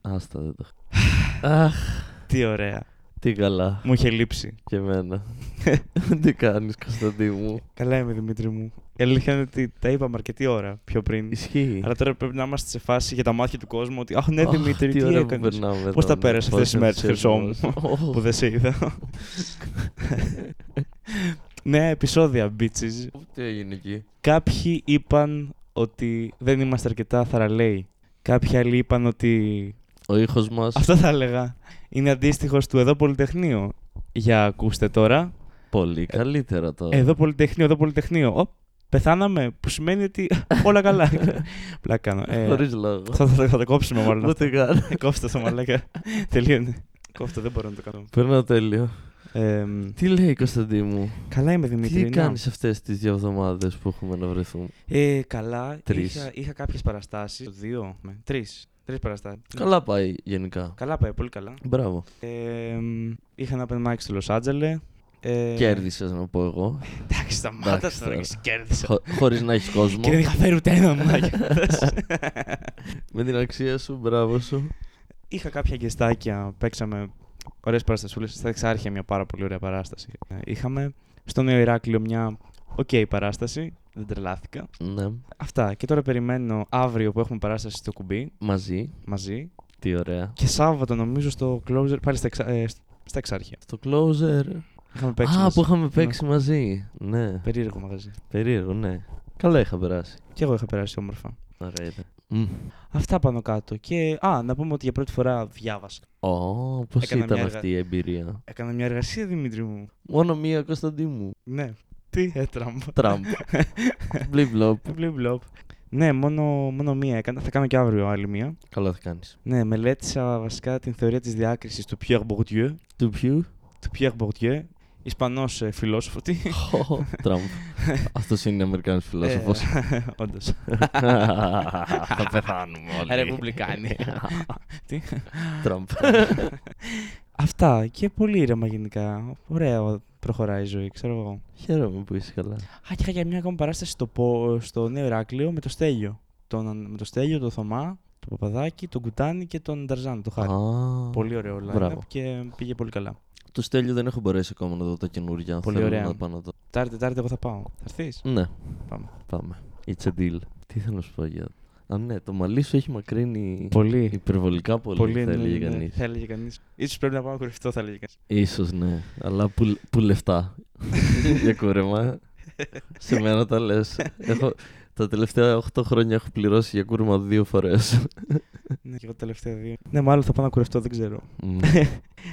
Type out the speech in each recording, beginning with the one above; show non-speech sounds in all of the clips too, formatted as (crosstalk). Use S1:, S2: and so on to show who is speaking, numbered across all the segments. S1: Άστα δεν το. Αχ,
S2: Τι ωραία.
S1: τι καλά.
S2: Μου είχε λείψει.
S1: Και
S2: (laughs)
S1: εμένα. τι κάνεις Κωνσταντί μου.
S2: Καλά είμαι, Δημήτρη μου. Η αλήθεια είναι ότι τα είπαμε αρκετή ώρα πιο πριν.
S1: Ισχύει.
S2: Αλλά τώρα πρέπει να είμαστε σε φάση για τα μάτια του κόσμου ότι Αχ, ναι,
S1: Αχ,
S2: Δημήτρη, τι,
S1: τι ωραία που
S2: έκανες».
S1: περνάμε
S2: Πώς
S1: εδώ
S2: τα πέρασες
S1: με
S2: αυτές τις μέρες,
S1: podcast
S2: Χρυσό μου?
S1: μας.
S2: Που δεν σε είδα. Νέα επεισόδια, bitches.
S1: Τι έγινε εκεί.
S2: Κάποιοι είπαν ότι δεν είμαστε αρκετά θαραλέοι. Κάποιοι άλλοι είπαν ότι.
S1: Ο ήχος μας
S2: Αυτό θα έλεγα. Είναι αντίστοιχος του εδώ Πολυτεχνείο. Για ακούστε τώρα.
S1: πολύ καλύτερα τώρα.
S2: Εδώ Πολυτεχνείο, εδώ Πολυτεχνείο. Οπ, πεθάναμε. Που σημαίνει ότι
S1: (laughs)
S2: όλα καλά. Πλάκα κάνω. Ε,
S1: Χωρίς λόγο.
S2: θα, θα, θα, τα κόψουμε μάλλον.
S1: Ούτε καν.
S2: Κόψτε το
S1: (laughs)
S2: μαλάκα. Τελείωνε. Κόφτε, δεν μπορώ να το κάνω.
S1: Περνάω τέλειο.
S2: Ε, μ,
S1: Τι λέει Κωνσταντί μου.
S2: καλά είμαι Δημήτρη. ναι.
S1: Τι
S2: να.
S1: κάνεις αυτές τις δύο εβδομάδες που έχουμε να βρεθούμε.
S2: Ε, καλά.
S1: Τρεις.
S2: Είχα, είχα κάποιες παραστάσεις. Δύο. με, Τρεις. Τρεις παραστάσεις.
S1: Καλά πάει γενικά.
S2: Καλά πάει, πολύ καλά.
S1: Μπράβο.
S2: Ε, μ, είχα ένα open mic στο Λος Άτζελε. Ε,
S1: Κέρδισες να πω εγώ.
S2: Εντάξει, σταμάτα
S1: Εντάξει,
S2: τώρα
S1: τώρα.
S2: και σε κέρδισα.
S1: Χω- Χωρίς να
S2: (laughs)
S1: έχεις κόσμο.
S2: Και δεν είχα φέρει ούτε ένα
S1: (laughs)
S2: μάκι.
S1: Με την αξία σου, μπράβο σου.
S2: είχα κάποια γκεστάκια, παίξαμε ωραίες παραστασούλες. Στα Εξάρχεια μια πάρα πολύ ωραία παράσταση. Ε, Είχαμε στο Νέο Ηράκλειο μια οκ παράσταση. Δεν τρελάθηκα.
S1: Ναι,
S2: Αυτά. Και τώρα περιμένω αύριο που έχουμε παράσταση στο κουμπί
S1: μαζί.
S2: μαζί.
S1: Τι ωραία.
S2: Και Σάββατο νομίζω στο closer πάλι στα, εξα... ε, στα Εξάρχεια.
S1: Στο closer.
S2: Είχαμε παίξει.
S1: Α,
S2: μαζί.
S1: που είχαμε παίξει μαζί. Ναι.
S2: Περίεργο μαγαζί.
S1: Περίεργο, ναι. Καλά είχα περάσει.
S2: Και εγώ είχα περάσει όμορφα.
S1: Ωραία ήταν. Μμ.
S2: Αυτά πάνω κάτω. Και α, να πούμε ότι για πρώτη φορά διάβασα.
S1: Ω, πώς
S2: Έκανα
S1: ήταν
S2: μια
S1: αυτή η εμπειρία.
S2: Έκανα μια εργασία, Δημήτρη μου.
S1: Μόνο μία Κωνσταντί μου.
S2: Ναι. Τι έτραμπα.
S1: (laughs) Τραμπ. Μπλιμπλοπ.
S2: Μπλιμπ μπλοπ. Ναι, μόνο, μόνο μία έκανα. Θα κάνω και αύριο άλλη μία.
S1: Καλά θα κάνεις.
S2: Ναι, μελέτησα βασικά την θεωρία της διάκρισης του Pierre Bourdieu.
S1: Του ποιου.
S2: Του Pierre Bourdieu, Ισπανός φιλόσοφος. Τι.
S1: Χω, Τραμπ. Αυτός είναι Αμερικάνος φιλόσοφος.
S2: (laughs) Όντως.
S1: (laughs) Θα πεθάνουμε όλοι. (laughs)
S2: Ρεπουμπλικάνοι. Τι.
S1: Τραμπ.
S2: Αυτά και πολύ ήρεμα γενικά. Ωραία προχωράει η ζωή, ξέρω εγώ.
S1: Χαίρομαι που είσαι καλά.
S2: Α, και είχα για μια ακόμα παράσταση στο, Πο- στο Νέο Ηράκλειο με το Στέλιο. Τον, με το Στέλιο, τον Θωμά, τον Παπαδάκη, τον Κουτάνη και τον Ταρζάν, τον Χάρη.
S1: Α,
S2: Πολύ ωραίο
S1: Μπράβο.
S2: line και πήγε πολύ καλά.
S1: Το στέλιο δεν έχω μπορέσει ακόμα να δω τα καινούργια.
S2: Πολύ
S1: Θέλω
S2: ωραία.
S1: Να πάω να το...
S2: Τάρτη, τάρτη, εγώ θα πάω. Θα έρθεις.
S1: Ναι.
S2: Πάμε.
S1: Πάμε. It's a deal. Τι θέλω να σου πω για. Α, ναι, το μαλλί σου έχει μακρύνει
S2: Πολύ.
S1: υπερβολικά πολύ, θα έλεγε
S2: ναι, ναι,
S1: κανείς.
S2: Θα έλεγε κανείς. σω πρέπει να πάω να κορυφθώ, θα έλεγε κανείς.
S1: Ίσως ναι, αλλά που, που
S2: (laughs)
S1: λεφτά (laughs) για κούρεμα. Σε μένα τα λες. έχω... Τα τελευταία 8 χρόνια έχω πληρώσει για κούρεμα δύο φορές.
S2: (laughs) ναι, και εγώ τα τελευταία δύο. Ναι, μάλλον θα πάω να κορυφθώ, δεν ξέρω.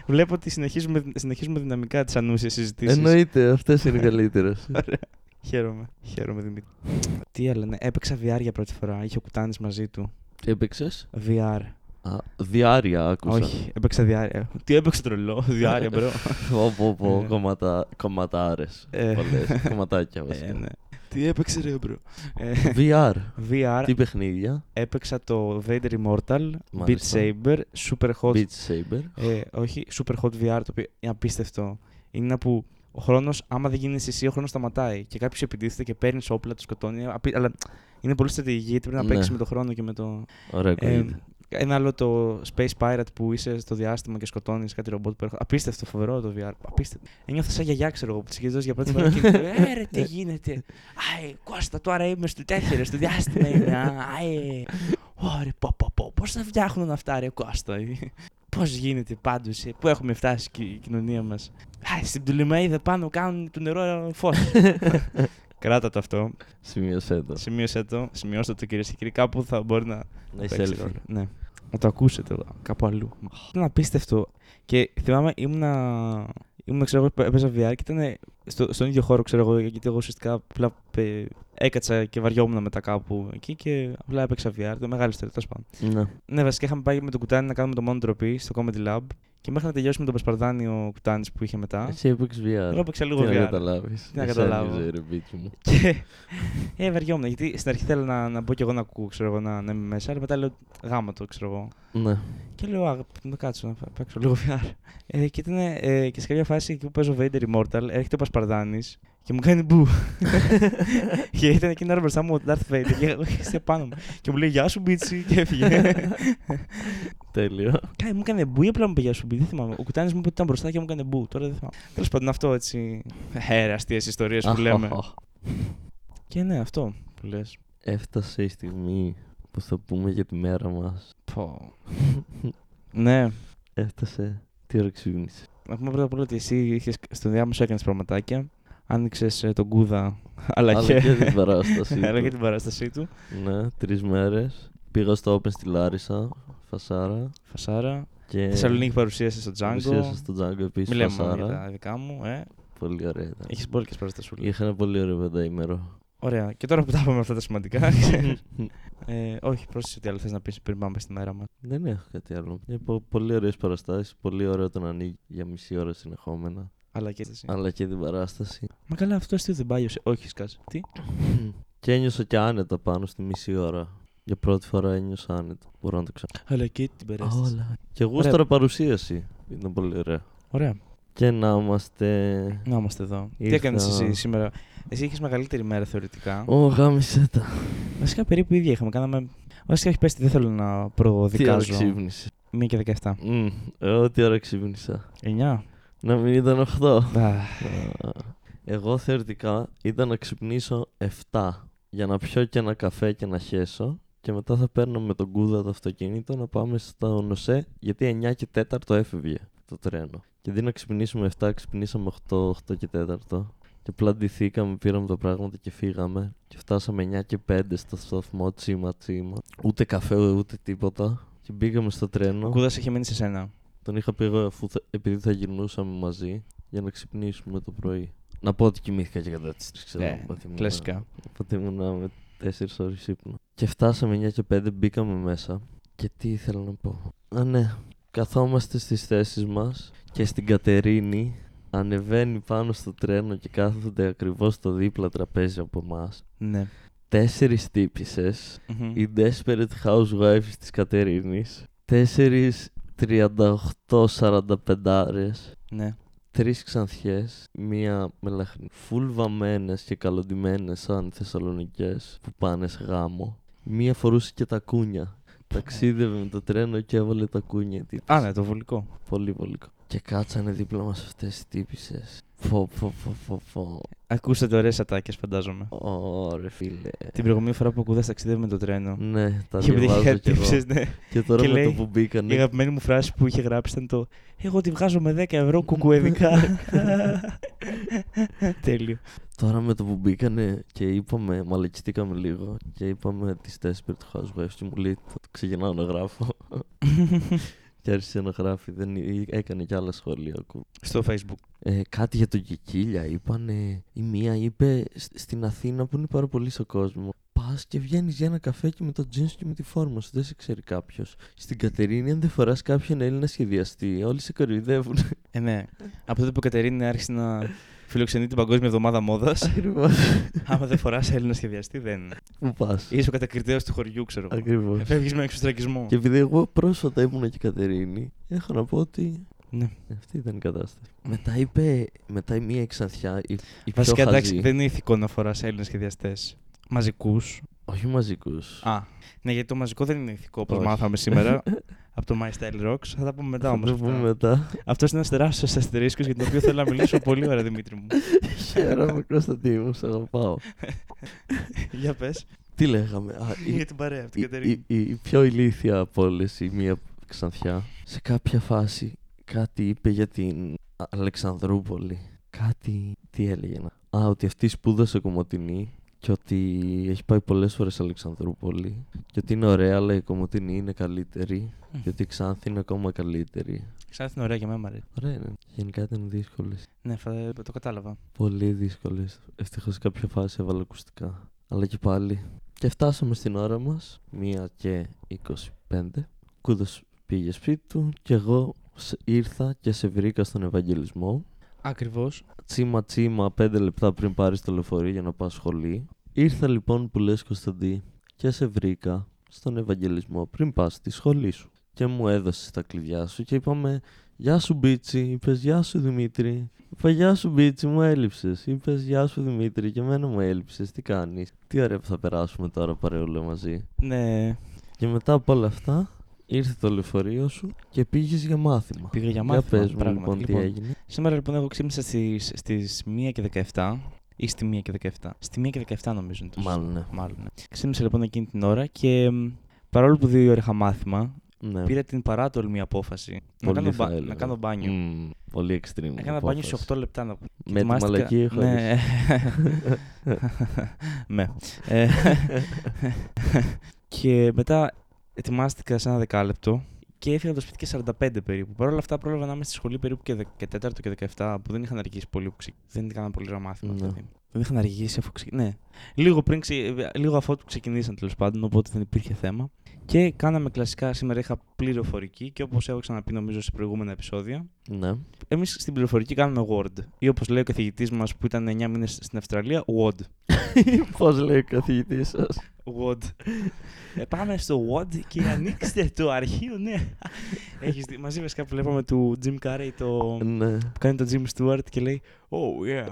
S2: Βλέπω ότι συνεχίζουμε, συνεχίζουμε δυναμικά τις ανούσιες συζητήσεις.
S1: Εννοείται, αυτές είναι οι καλύτερε.
S2: Χαίρομαι. Χαίρομαι, Δημήτρη. Τι άλλο, ναι. Έπαιξα VR για πρώτη φορά. Είχε ο Κουτάνης μαζί του.
S1: Έπαιξες.
S2: VR.
S1: Διάρια άκουσα.
S2: Όχι, έπαιξα διάρκεια. Τι έπαιξε τρελό, (laughs)
S1: Ε,
S2: διάρκεια, μπρο.
S1: Πω, πω, πω,
S2: Ναι.
S1: κομματα, κομματάρες.
S2: Ε.
S1: Πολλές, κομματάκια βασικά.
S2: ναι. Τι έπαιξε, ρε, μπρο. Ε,
S1: VR.
S2: VR
S1: Τι παιχνίδια.
S2: έπαιξα το Vader Immortal, Beat
S1: Μάλιστα.
S2: Saber, Super Hot.
S1: Beat Saber.
S2: ε, όχι, Super Hot VR, το οποίο είναι απίστευτο. Είναι ένα που ο χρόνος, άμα δεν γίνει εσύ, ο χρόνος σταματάει. Και κάποιος επιτίθεται και παίρνεις όπλα, το σκοτώνει. Είναι απί- Αλλά είναι πολύ στρατηγική, γιατί πρέπει να
S1: Ναι.
S2: παίξεις με το χρόνο και με το.
S1: Ωραία,
S2: Ε,
S1: ακούγεται.
S2: ένα άλλο το Space Pirate που είσαι στο διάστημα και σκοτώνεις κάτι ρομπότ που έρχονται. Απίστευτο, φοβερό το VR. Απίστευτο. Ένιωθα σαν γιαγιά, ξέρω εγώ, που τη γυρίζω για πρώτη φορά και λέω, Ε, ρε,
S1: (laughs)
S2: τι γίνεται. Άι, Κώστα, τώρα είμαι στο τέτοιο, ρε, στο διάστημα είμαι. α, ε. Άι. Ωρε, πω, πω, πω. Πώς θα φτιάχνουν αυτά, ρε, Κώστα. Πώς γίνεται πάντως, πού έχουμε φτάσει και η κοινωνία μας. Στην Πτουλημαίδα πάνω κάνουν το νερό φως. (laughs) Κράτα το αυτό.
S1: Σημείωσέ το.
S2: Σημείωσε το. Σημειώστε το κυρίες και κύριοι. Κάπου θα μπορεί να
S1: Να είσαι
S2: παίξει
S1: έλφη.
S2: ρόλο. Ναι. Να το ακούσετε κάπου αλλού. Ήταν απίστευτο. Και θυμάμαι, ήμουνα. Ήμουν, ξέρω εγώ, έπαιζα VR και ήταν στο, στον ίδιο χώρο, ξέρω εγώ, γιατί εγώ ουσιαστικά απλά ε, έκατσα και βαριόμουν μετά κάπου εκεί και απλά έπαιξα VR. Το μεγάλο ιστορία, τέλος πάντων.
S1: Ναι.
S2: Ναι, βασικά είχαμε πάει με τον Κουτάνη να κάνουμε το μόνο ντροπή στο Comedy Lab και μέχρι να τελειώσουμε τον Πασπαρδάνη ο Κουτάνης που είχε μετά.
S1: Εσύ έπαιξε VR.
S2: Εγώ έπαιξα λίγο
S1: Τι να
S2: VR.
S1: καταλάβεις.
S2: Τι να
S1: Δεν σε
S2: καταλάβω.
S1: ένοιαζε, ρε μπίτσι μου.
S2: Και (laughs) ε, βαριόμουν, γιατί στην αρχή θέλω να, να μπω κι εγώ να ακούω, ξέρω εγώ, να, να είμαι μέσα, αλλά μετά λέω γάμα το, ξέρω εγώ.
S1: Ναι.
S2: Και λέω, α, να κάτσω να πα- παίξω λίγο VR. Ε, και ήταν ε, και σε κάποια φάση εκεί που παίζω Vader Immortal, έρχεται ο Πασπαρδάνης και μου κάνει μπου. και ήταν εκεί να μπροστά μου ο Darth Vader και εγώ είστε πάνω μου. Και μου λέει, Γεια σου, Μπίτσι, και έφυγε.
S1: Τέλειο.
S2: Κάτι μου έκανε μπου ή απλά μου πήγε σου μπει, δεν θυμάμαι. Ο κουτάνης μου είπε ότι ήταν μπροστά και μου έκανε μπου, τώρα δεν θυμάμαι. Τέλος πάντων, αυτό έτσι. Ε, αστείε ιστορίες που λέμε. (laughs) και ναι, αυτό που λες.
S1: (laughs) Έφτασε η στιγμή που θα πούμε για τη μέρα μας. (laughs)
S2: ναι,
S1: Έφτασε. Τι ώρα ξύπνησες.
S2: να πούμε πρώτα απ' όλα ότι εσύ είχες, στο διάμεσο έκανες πραγματάκια. Άνοιξε τον κούδα, (laughs) αλλά
S1: Αλλά
S2: και,
S1: και την
S2: (laughs)
S1: παράστασή
S2: αλλά
S1: του.
S2: και την παράστασή του.
S1: Ναι, τρεις μέρες. Πήγα στο Open στη Λάρισα, Φασάρα.
S2: Φασάρα. Ε,
S1: Και
S2: Θεσσαλονίκη παρουσίασε στο Django.
S1: Παρουσίασα στο Django επίσης.
S2: Μιλάμε μόνο για
S1: Φασάρα.
S2: τα δικά μου. Ε.
S1: Πολύ ωραία ήταν.
S2: Έχεις πολλέ παραστασούλε.
S1: Είχα ένα πολύ ωραίο πενταήμερο.
S2: Ωραία. Και τώρα που τα είπαμε αυτά τα (laughs) σημαντικά. ε, όχι, πρόσεχε τι άλλο θες να πεις πριν πάμε στη μέρα μας.
S1: Δεν έχω κάτι άλλο. Είπα πολύ ωραίες παραστάσεις. Πολύ ωραίο το να ανοίγει για μισή ώρα συνεχόμενα.
S2: Αλλά και εσύ.
S1: Αλλά και την παράσταση.
S2: Μα καλά, αυτό αστείο δεν πάγιωσε. Όχι, σκάσε. Τι.
S1: και ένιωσα και άνετα πάνω στη μισή ώρα. Για πρώτη φορά ένιωσα άνετα. Μπορώ να το ξαναπώ.
S2: Αλλά και την περέσταση.
S1: Και εγώ
S2: Ωραία.
S1: τώρα παρουσίαση. Ήταν πολύ ωραία.
S2: Ωραία.
S1: Και να είμαστε.
S2: Να είμαστε εδώ. Τι
S1: Ήρθα.
S2: έκανες εσύ σήμερα. Εσύ είχες μεγαλύτερη μέρα θεωρητικά.
S1: Ω, γάμισε τα.
S2: Βασικά περίπου ίδια είχαμε. Κάναμε. Βασικά έχει πέσει, δεν θέλω να
S1: Τι ώρα
S2: προδικάζω.
S1: ξύπνησε.
S2: 1 και 17.
S1: Μμμ, Εγώ τι ώρα ξύπνησα.
S2: 9.
S1: Να μην ήταν 8.
S2: Α,
S1: Εγώ θεωρητικά ήταν να ξυπνήσω 7 για να πιω και ένα καφέ και να χέσω και μετά θα παίρνω με τον κούδα το αυτοκίνητο να πάμε στο νοσέ γιατί 9 και 4 έφευγε το τρένο. Και αντί να ξυπνήσουμε 7, ξυπνήσαμε 8, 8 και 4 και πλαντηθήκαμε, πήραμε τα πράγματα και φύγαμε και φτάσαμε 9 και 5 στο σταθμό τσίμα τσίμα. Ούτε καφέ ούτε τίποτα και μπήκαμε στο
S2: Ο
S1: τρένο.
S2: κούδας είχε μείνει σε σένα.
S1: Τον είχα πει εγώ αφού θα- επειδή θα γυρνούσαμε μαζί για να ξυπνήσουμε το πρωί. Να πω ότι κοιμήθηκα και κατά τις 3 ξέρω.
S2: Ναι,
S1: οπότε ήμουν-
S2: κλασικά.
S1: Οπότε ήμουν με 4 ώρες ύπνο. Και φτάσαμε 9 και 5, μπήκαμε μέσα. Και τι ήθελα να πω. Α, ναι. Καθόμαστε στις θέσεις μας και στην Κατερίνη ανεβαίνει πάνω στο τρένο και κάθονται ακριβώς στο δίπλα τραπέζι από εμάς.
S2: Ναι.
S1: Τέσσερις τύπισες
S2: Μμμ.
S1: οι Desperate Housewives της Κατερίνης, τέσσερις 38-45
S2: Ναι.
S1: τρεις ξανθιές, μία μελαχρινή, φουλ βαμμένες και καλοντημένες σαν θεσσαλονικές που πάνε σε γάμο. Μία φορούσε και τα κούνια. Ταξίδευε με το τρένο και έβαλε τα κούνια. η τύπησα.
S2: Α, ναι, το βολικό.
S1: Πολύ πολύ. κα- Και κάτσανε δίπλα μας αυτές οι τύπισες. Φω, φω, φω, φω, φω.
S2: Ακούσατε ωραίες ατάκες, φαντάζομαι.
S1: Ε. Ωρε φίλε.
S2: Την προηγούμενη φορά που ο κούδα ταξίδευε με το τρένο.
S1: Ναι, τα
S2: Είχε πετύχει
S1: διαβάζω
S2: κάτι
S1: κι εγώ.
S2: τύψεις, ναι.
S1: Και τώρα
S2: Και
S1: με
S2: λέει,
S1: το που
S2: Η
S1: μπήκανε
S2: αγαπημένη μου φράση που είχε γράψει ήταν το Εγώ τη βγάζω με 10 ευρώ (laughs) κουκουεδικά. Τέλειο.
S1: Τώρα με το που μπήκανε και είπαμε, μαλακιστήκαμε λίγο και είπαμε τη Desperate Housewives και μου λέει το το ξεκινάω να γράφω και άρχισε να γράφει, δεν ή- έκανε κι άλλα σχόλια. ακού-
S2: Στο facebook.
S1: Ε, κάτι για τον Κικίλια είπανε, η μία είπε «Σ- στην Αθήνα που είναι πάρα πολύ στο κόσμο. Πας και βγαίνεις για ένα καφέ και με το τζίνς και με τη φόρμα σου. Δεν σε ξέρει κάποιος. Στην Κατερίνη, αν δεν φοράς κάποιον Έλληνα σχεδιαστή, όλοι σε κοροϊδεύουν.
S2: Ε, ναι. Από τότε που η Κατερίνη άρχισε να φιλοξενεί την Παγκόσμια Εβδομάδα Μόδας, (laughs)
S1: Ακριβώς.
S2: άμα δεν φοράς Έλληνα σχεδιαστή, δεν.
S1: (laughs) Πού πας.
S2: Είσαι ο κατακριτέο του χωριού, ξέρω εγώ.
S1: Ακριβώς.
S2: Φεύγεις με εξωστρακισμό.
S1: Και επειδή εγώ πρόσφατα ήμουν και Κατερίνη, έχω να πω ότι
S2: Ναι.
S1: αυτή ήταν η κατάσταση. Μετά είπε, μετά η μία εξανθιά, η, η πιο
S2: Βασικά εντάξει,
S1: χαζή,
S2: δεν είναι ηθικό να φοράς Έλληνες σχεδιαστέ μαζικούς.
S1: όχι μαζικούς.
S2: Α. Ναι, γιατί το μαζικό δεν είναι ηθικό όπως
S1: Όχι.
S2: μάθαμε
S1: (laughs)
S2: (laughs) σήμερα από το My Style Rocks. Θα τα πούμε μετά
S1: Θα
S2: όμως.
S1: το πούμε μετά.
S2: Αυτός είναι ένας τεράστιος αστερίσκος για τον οποίο θέλω να μιλήσω πολύ ώρα, Δημήτρη μου.
S1: Χαίρομαι Κωνσταντίνο, σε αγαπάω.
S2: (laughs) Για πες.
S1: Τι λέγαμε, α, η,
S2: Για την παρέα από την
S1: η,
S2: Κατερίνα.
S1: η, η, η πιο ηλίθια από όλες, η μία εξανθιά, σε κάποια φάση κάτι είπε για την Αλεξανδρούπολη. Κάτι, τι έλεγε να... Α, ότι αυτή σπούδασε Κομωτινή και ότι έχει πάει πολλές φορές Αλεξανδρούπολη και ότι είναι ωραία, αλλά η Κομωτινή είναι καλύτερη και ότι η Ξάνθη είναι ακόμα καλύτερη.
S2: Ξανά την ωραία για μένα, ρε.
S1: Ωραία είναι. Γενικά ήταν δύσκολες.
S2: Ναι, φα- το κατάλαβα.
S1: Πολύ δύσκολες. Ευτυχώς σε κάποια φάση έβαλα ακουστικά. Αλλά και πάλι. Και φτάσαμε στην ώρα μας. Μία και 25. Κούδος πήγε σπίτι του και εγώ σε- ήρθα και σε βρήκα στον Ευαγγελισμό.
S2: Ακριβώς.
S1: Τσίμα τσίμα πέντε λεπτά πριν πάρεις το λεωφορείο για να πας σχολή. Ήρθα λοιπόν που λες Κωνσταντή και σε βρήκα στον Ευαγγελισμό πριν πας στη σχολή σου. Και μου έδωσε τα κλειδιά σου και είπαμε Γεια σου Μπίτσι, είπες Γεια σου Δημήτρη. Είπα Γεια σου Μπίτσι, μου έλειψες. Είπες Γεια σου Δημήτρη και εμένα μου έλειψες. Τι κάνεις, τι ωραία που θα περάσουμε τώρα παρεούλα μαζί.
S2: Ναι.
S1: Και μετά από όλα αυτά ήρθε το λεωφορείο σου και πήγες για μάθημα.
S2: Πήγα για
S1: Για
S2: μάθημα.
S1: πες μου
S2: πράγματι.
S1: λοιπόν τι
S2: Λοιπόν,
S1: έγινε.
S2: Σήμερα λοιπόν εγώ ξύπνησα στις, στις 1 και 17 ή στη 1 και 17. Στη 1 και 17 νομίζω είναι το σωστό.
S1: Μάλλον, ναι.
S2: Μάλλον, ναι. Ξύπνησα λοιπόν εκείνη την ώρα και μ, παρόλο που δύο ώρα είχα μάθημα,
S1: ναι.
S2: πήρα την παράτολμη απόφαση να
S1: Πολύ
S2: κάνω,
S1: θα
S2: μπα-
S1: έλεγα.
S2: να κάνω μπάνιο.
S1: Μμμ, πολύ extreme.
S2: Έκανα μπάνιο σε 8 λεπτά να πω.
S1: Με τη μαλακή έχω.
S2: Ναι. (laughs) ναι. Ε, (laughs) και μετά ετοιμάστηκα σε ένα δεκάλεπτο και έφυγα από το σπίτι και 45 περίπου. Παρ' όλα αυτά πρόλαβα να είμαι στη σχολή περίπου και, δε- και 4ο και 17 που δεν είχαν αργήσει πολύ. Που ξε... Δεν έκανα πολύ ωραίο μάθημα.
S1: Ναι.
S2: δηλαδή. Δεν είχαν αργήσει αφού ξεκι... Ναι. Λίγο, πριν ξε... Λίγο αφού ξεκινήσαν τέλος πάντων, οπότε δεν υπήρχε θέμα. Και κάναμε κλασικά. Σήμερα είχα πληροφορική και όπως έχω ξαναπεί νομίζω σε προηγούμενα επεισόδια,
S1: Ναι. (laughs) Εμείς.
S2: Εμεί στην πληροφορική κάναμε Word. Ή όπως λέει ο καθηγητής μας που ήταν 9 μήνες στην Αυστραλία, Word.
S1: Πώς λέει ο καθηγητής σας.
S2: Word. ε, πάμε στο Word και ανοίξτε το αρχείο, ναι. Έχεις δει, μαζί μας κάπου βλέπαμε του Jim Carrey το...
S1: ναι.
S2: που κάνει τον Jim Stewart και λέει Oh yeah,